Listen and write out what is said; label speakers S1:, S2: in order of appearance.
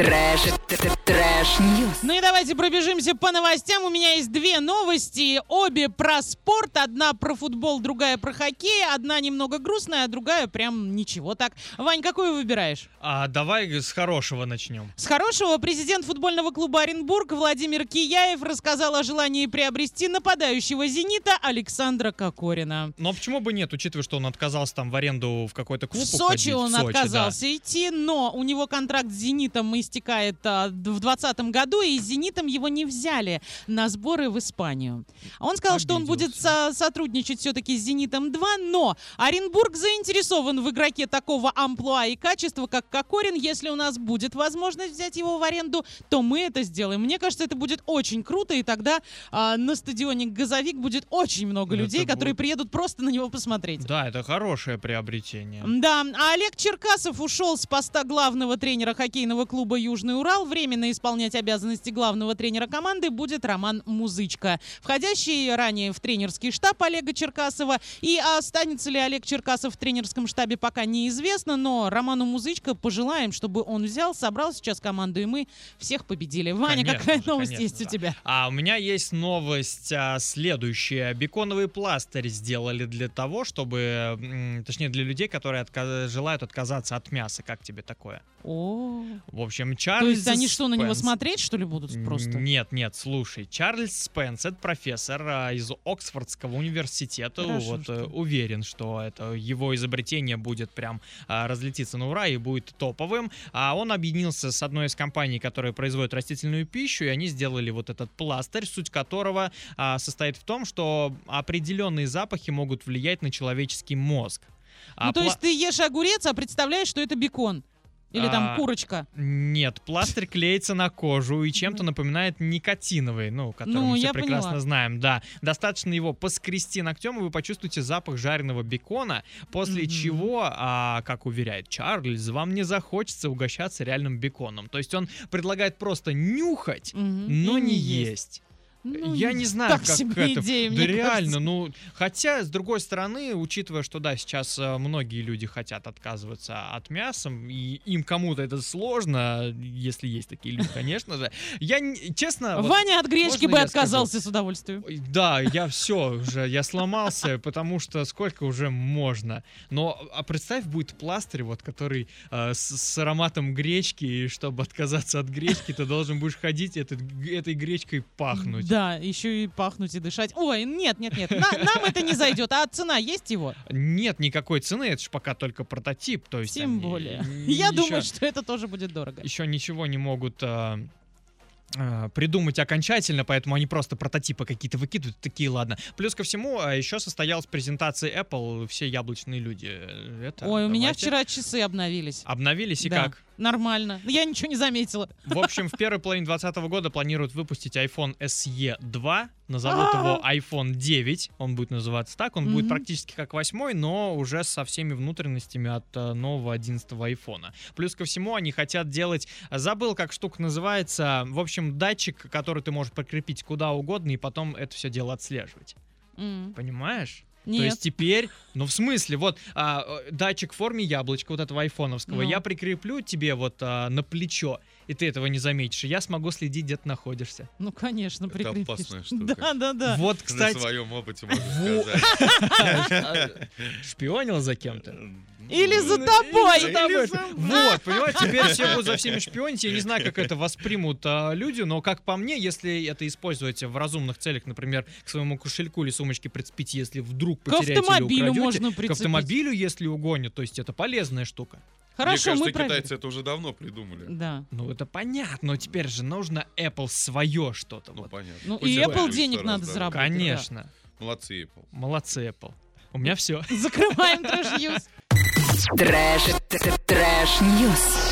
S1: Трэш, т- т- трэш, ньюс.
S2: Ну и давайте пробежимся по новостям. У меня есть две новости, обе про спорт. Одна про футбол, другая про хоккей. Одна немного грустная, а другая прям ничего так. Вань, какую выбираешь?
S3: А давай с хорошего начнем.
S2: С хорошего президент футбольного клуба Оренбург Владимир Кияев рассказал о желании приобрести нападающего «Зенита» Александра Кокорина.
S3: Но почему бы нет, учитывая, что он отказался там в аренду в какой-то клуб
S2: В Сочи
S3: уходить, в
S2: он
S3: Сочи, да.
S2: отказался идти, но у него контракт с «Зенитом» истекает а, д- в 2020 году, и с «Зенитом» его не взяли на сборы в Испанию. А Он сказал, что он будет со- сотрудничать все-таки с «Зенитом-2», но Оренбург заинтересован в игроке такого амплуа и качества, как Кокорин. Если у нас будет возможность взять его в аренду, то мы это сделаем. Мне кажется, это будет очень круто, и тогда а, на стадионе «Газовик» будет очень много
S3: Это
S2: людей, которые
S3: будет-
S2: приедут просто на него посмотреть.
S3: Да, это хорошее приобретение.
S2: Да, а Олег Черкасов ушел с поста главного тренера хоккейного клуба «Южный Урал». Временно исполнять обязанности главного тренера команды будет Роман Музычка, входящий ранее в тренерский штаб Олега Черкасова. И останется ли Олег Черкасов в тренерском штабе, пока неизвестно, но Роману Музычка пожелаем, чтобы он взял, собрал сейчас команду, и мы всех победили. Ваня,
S3: Конечно
S2: какая
S3: же,
S2: новость
S3: конечно,
S2: есть у
S3: да.
S2: тебя?
S3: А у меня есть новость а, следующая. Беконовый пластырь сделали для того, чтобы, м, точнее, для людей, которые отка- желают отказаться от мяса. Как тебе такое?
S2: О,
S3: В общем,
S2: то
S3: Чарльз
S2: есть они что, на него
S3: Спенс-
S2: смотреть, что ли, будут просто?
S3: Нет, нет, слушай, Чарльз Спенс, это профессор а, из Оксфордского университета,
S2: Хорошо,
S3: вот
S2: что-
S3: э, уверен, что это его изобретение будет прям а, разлетиться на ура и будет топовым. А он объединился с одной из компаний, которые производят растительную пищу, и они сделали вот этот пластырь, суть которого а, состоит в том, что определенные запахи могут влиять на человеческий мозг. А
S2: ну, то
S3: пла-
S2: есть ты ешь огурец, а представляешь, что это бекон. Или там
S3: А,
S2: курочка.
S3: Нет, пластырь клеится на кожу и чем-то напоминает никотиновый, ну, который
S2: Ну,
S3: мы все
S2: я
S3: прекрасно
S2: поняла.
S3: знаем, да. Достаточно его поскрести ногтем, и вы почувствуете запах жареного бекона, после
S2: Мгм.
S3: чего, а, как уверяет Чарльз, вам не захочется угощаться реальным беконом. То есть он предлагает просто нюхать,
S2: Мгм.
S3: но
S2: И
S3: не есть.
S2: Ну,
S3: Я не знаю,
S2: так
S3: как
S2: себе
S3: это-
S2: идея,
S3: Да
S2: мне
S3: реально,
S2: кажется.
S3: ну, хотя, с другой стороны, учитывая, что, да, сейчас э, многие люди хотят отказываться от мяса, и им кому-то это сложно, если есть такие люди, конечно же. Я, не- честно... вот-
S2: Ваня от гречки
S3: можно
S2: бы
S3: я скажу?
S2: отказался с удовольствием.
S3: Ой, Да, я все уже, я сломался, потому что сколько уже можно. Но а представь, будет пластырь, вот который э, с, с ароматом гречки, и чтобы отказаться от гречки, ты должен будешь ходить и этот, этой гречкой пахнуть.
S2: Да, еще и пахнуть и дышать. Ой, нет, нет, нет, на- нам это не зайдет. А цена есть его?
S3: Нет никакой цены, это же пока только прототип, то есть
S2: Тем
S3: они
S2: более.
S3: н-
S2: Я
S3: еще-
S2: думаю, что это тоже будет дорого.
S3: еще ничего не могут а, а, придумать окончательно, поэтому они просто прототипы какие-то выкидывают, такие, ладно. Плюс ко всему, а, еще состоялась презентация Apple, все яблочные люди. э, Это,
S2: Ой, у меня
S3: давайте.
S2: вчера часы обновились.
S3: Обновились и
S2: Да,
S3: как?
S2: Нормально. Я ничего не заметила.
S3: В общем, в первой половине 2020 года планируют выпустить iPhone SE 2. Назовут его iPhone 9. Он будет называться так. Он будет
S2: Мгм.
S3: практически как восьмой, но уже со всеми внутренностями от э, нового 11 айфона. Плюс ко всему, они хотят делать... Забыл, как штука называется. В общем, датчик, который ты можешь прикрепить куда угодно, и потом это все дело отслеживать.
S2: М,
S3: Понимаешь? То
S2: Нет.
S3: есть теперь, ну в смысле, вот а, э, датчик в форме яблочка вот этого
S2: Ну.
S3: айфоновского, я прикреплю тебе вот а, на плечо, и ты этого не заметишь, и я смогу следить, где ты находишься.
S2: Ну, конечно,
S4: Это
S2: прикрепишь.
S4: опасная штука.
S2: Да, да, да.
S3: Вот,
S4: На
S3: кстати,
S4: своем опыте могу
S3: Во-
S4: сказать.
S3: шпионил за кем-то.
S2: Или за
S3: Ну,
S2: тобой.
S3: или за тобой. Вот, понимаете, теперь все будут за всеми шпионить. Я не знаю, как это воспримут а, люди, но как по мне, если это использовать в разумных целях, например, к своему кошельку или сумочке прицепить, если вдруг
S2: К
S3: потеряете или
S2: автомобилю
S3: украдете,
S2: можно
S3: к
S2: прицепить.
S3: автомобилю, если угонят, то есть это полезная штука.
S2: Хорошо,
S4: Мне кажется,
S2: мы проверим.
S4: китайцы это уже давно придумали.
S2: Да.
S3: Ну это понятно, но теперь же нужно Apple свое что-то.
S4: Ну,
S3: вот.
S4: понятно.
S2: Ну,
S4: Хоть
S2: и
S4: это
S2: Apple
S4: будет
S2: денег
S4: сто раз
S2: надо
S4: дороже.
S2: заработать.
S3: Конечно.
S4: Молодцы, Apple.
S3: Молодцы, Apple. У меня все.
S2: Закрываем трэш-юз.
S1: Трэш, т- т- трэш, ньюс.